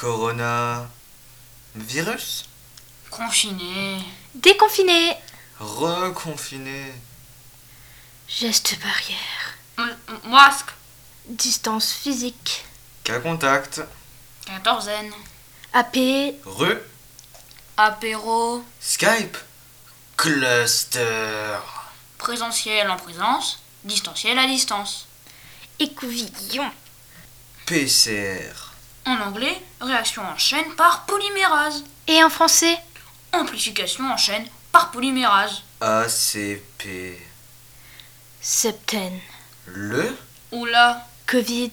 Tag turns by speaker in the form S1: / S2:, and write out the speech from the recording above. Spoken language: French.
S1: Corona. Virus
S2: Confiné.
S3: Déconfiné
S1: Reconfiné.
S3: Geste barrière.
S2: M- m- Masque.
S3: Distance physique.
S1: Cas contact.
S2: Quatorzaine.
S3: AP.
S1: Rue.
S2: Apéro.
S1: Skype. Cluster.
S2: Présentiel en présence. Distanciel à distance.
S3: Écouvillon.
S1: PCR.
S2: En anglais, réaction en chaîne par polymérase.
S3: Et en français
S2: Amplification en chaîne par polymérase.
S1: ACP.
S3: Septaine.
S1: Le
S2: Oula.
S3: Covid.